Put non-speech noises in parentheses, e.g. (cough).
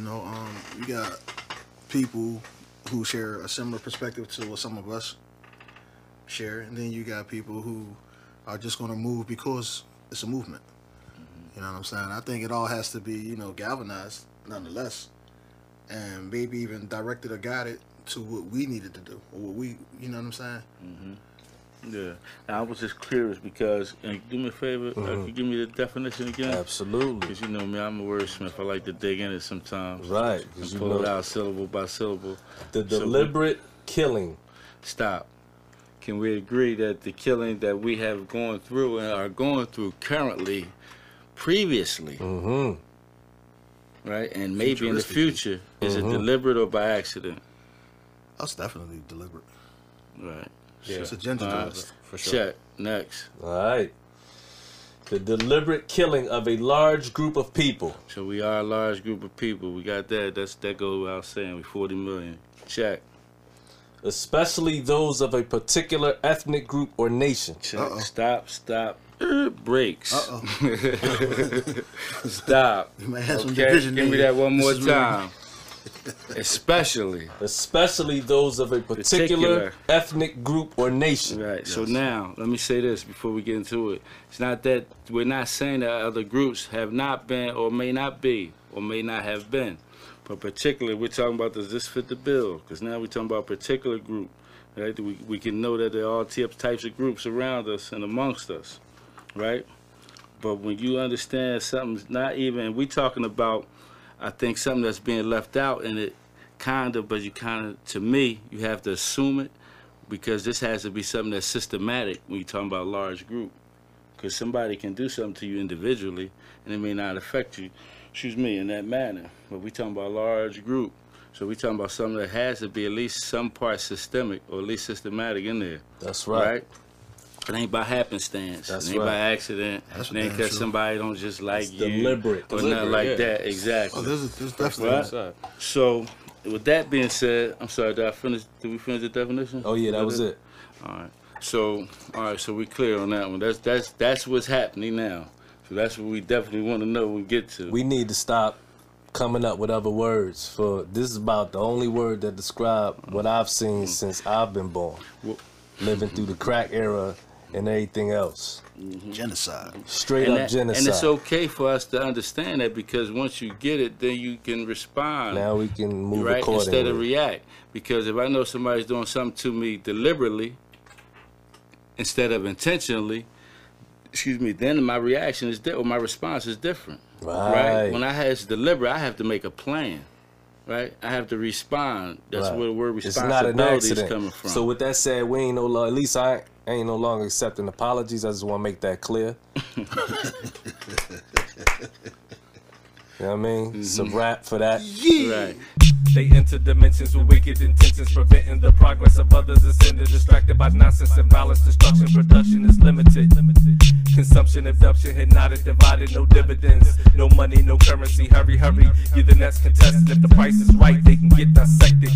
know, um, we got people who share a similar perspective to what some of us share, and then you got people who are just going to move because it's a movement. Mm-hmm. You know what I'm saying? I think it all has to be, you know, galvanized nonetheless, and maybe even directed or guided to what we needed to do or what we, you know what I'm saying? Yeah, and I was just curious because, and do me a favor, Mm-hmm. uh, can you give me the definition again? Absolutely. Because you know me, I'm a wordsmith. I like to dig in it sometimes Right. and 'cause you pull it know, out syllable by syllable. the So we- deliberate killing. Stop. Can we agree that the killing that we have gone through and are going through currently, previously, Mm-hmm. right, and maybe in the Futuristically. future, is Mm-hmm. it deliberate or by accident? That's definitely deliberate. Right. Yeah. It's a gender Uh, deliberate. For Check. Next. All right. The deliberate killing of a large group of people. So we are a large group of people. We got that. That's that goes without saying. We 40 million. Check. especially those of a particular ethnic group or nation. Check. Uh-oh. Stop. Stop. Er, Breaks. Uh-oh. (laughs) (laughs) Stop. You might have some Okay. division Give me there. that one more This is really- (laughs) time. Especially. Especially those of a Particular. particular, ethnic group or nation. Right. So now, let me say this before we get into it. It's not that we're not saying that other groups have not been, or may not be, or may not have been, but particularly we're talking about does this fit the bill? Because now we're talking about a particular group. Right. We we can know that there are types types of groups around us and amongst us, right? But when you understand something's not even, we talking about, I think something that's being left out in it, kind of. But you kind of, to me, you have to assume it because this has to be something that's systematic when you're talking about a large group. Because somebody can do something to you individually, and it may not affect you, excuse me, in that manner. But we talking about a large group. So we talking about something that has to be at least some part systemic or at least systematic in there, That's right? right. It ain't by happenstance. That's it ain't by right. accident. That's it ain't damn because true. somebody don't just like It's you deliberate. or Deliberate, nothing like yeah. that. Exactly. Oh, there's, there's definitely. Right. So, with that being said, I'm sorry. Did I finish? Did we finish the definition? Oh yeah, that was it. All right. So, all right. So we clear on that one. That's that's that's what's happening now. So that's what we definitely want to know. when We get to. We need to stop coming up with other words for this is about the only word that describe what I've seen since I've been born. Well- Living through the crack era and everything else. genocide. Straight and, up that- and genocide. it's okay for us to understand that because once you get it, then you can respond. now we can move right accordingly. instead of react because if i know somebody's doing something to me deliberately instead of intentionally excuse me then my reaction is di- or my response is different Right. when i have it's deliberate i have to make a plan right i have to respond that's Right. where the word It's not an responsibility is accident. coming from So with that said, we ain't no lo- at least I ain't no longer accepting apologies. I just want to make that (laughs) clear. you know what I mean? It's a Mm-hmm. wrap for that. right They enter dimensions with wicked intentions, preventing the progress of others. Ascended, distracted by nonsense and violence. Destruction, production is limited. Consumption, abduction, hypnotic, divided, no dividends, no money, no currency. Hurry, hurry, you're the next contestant. If the price is right, they can get dissected.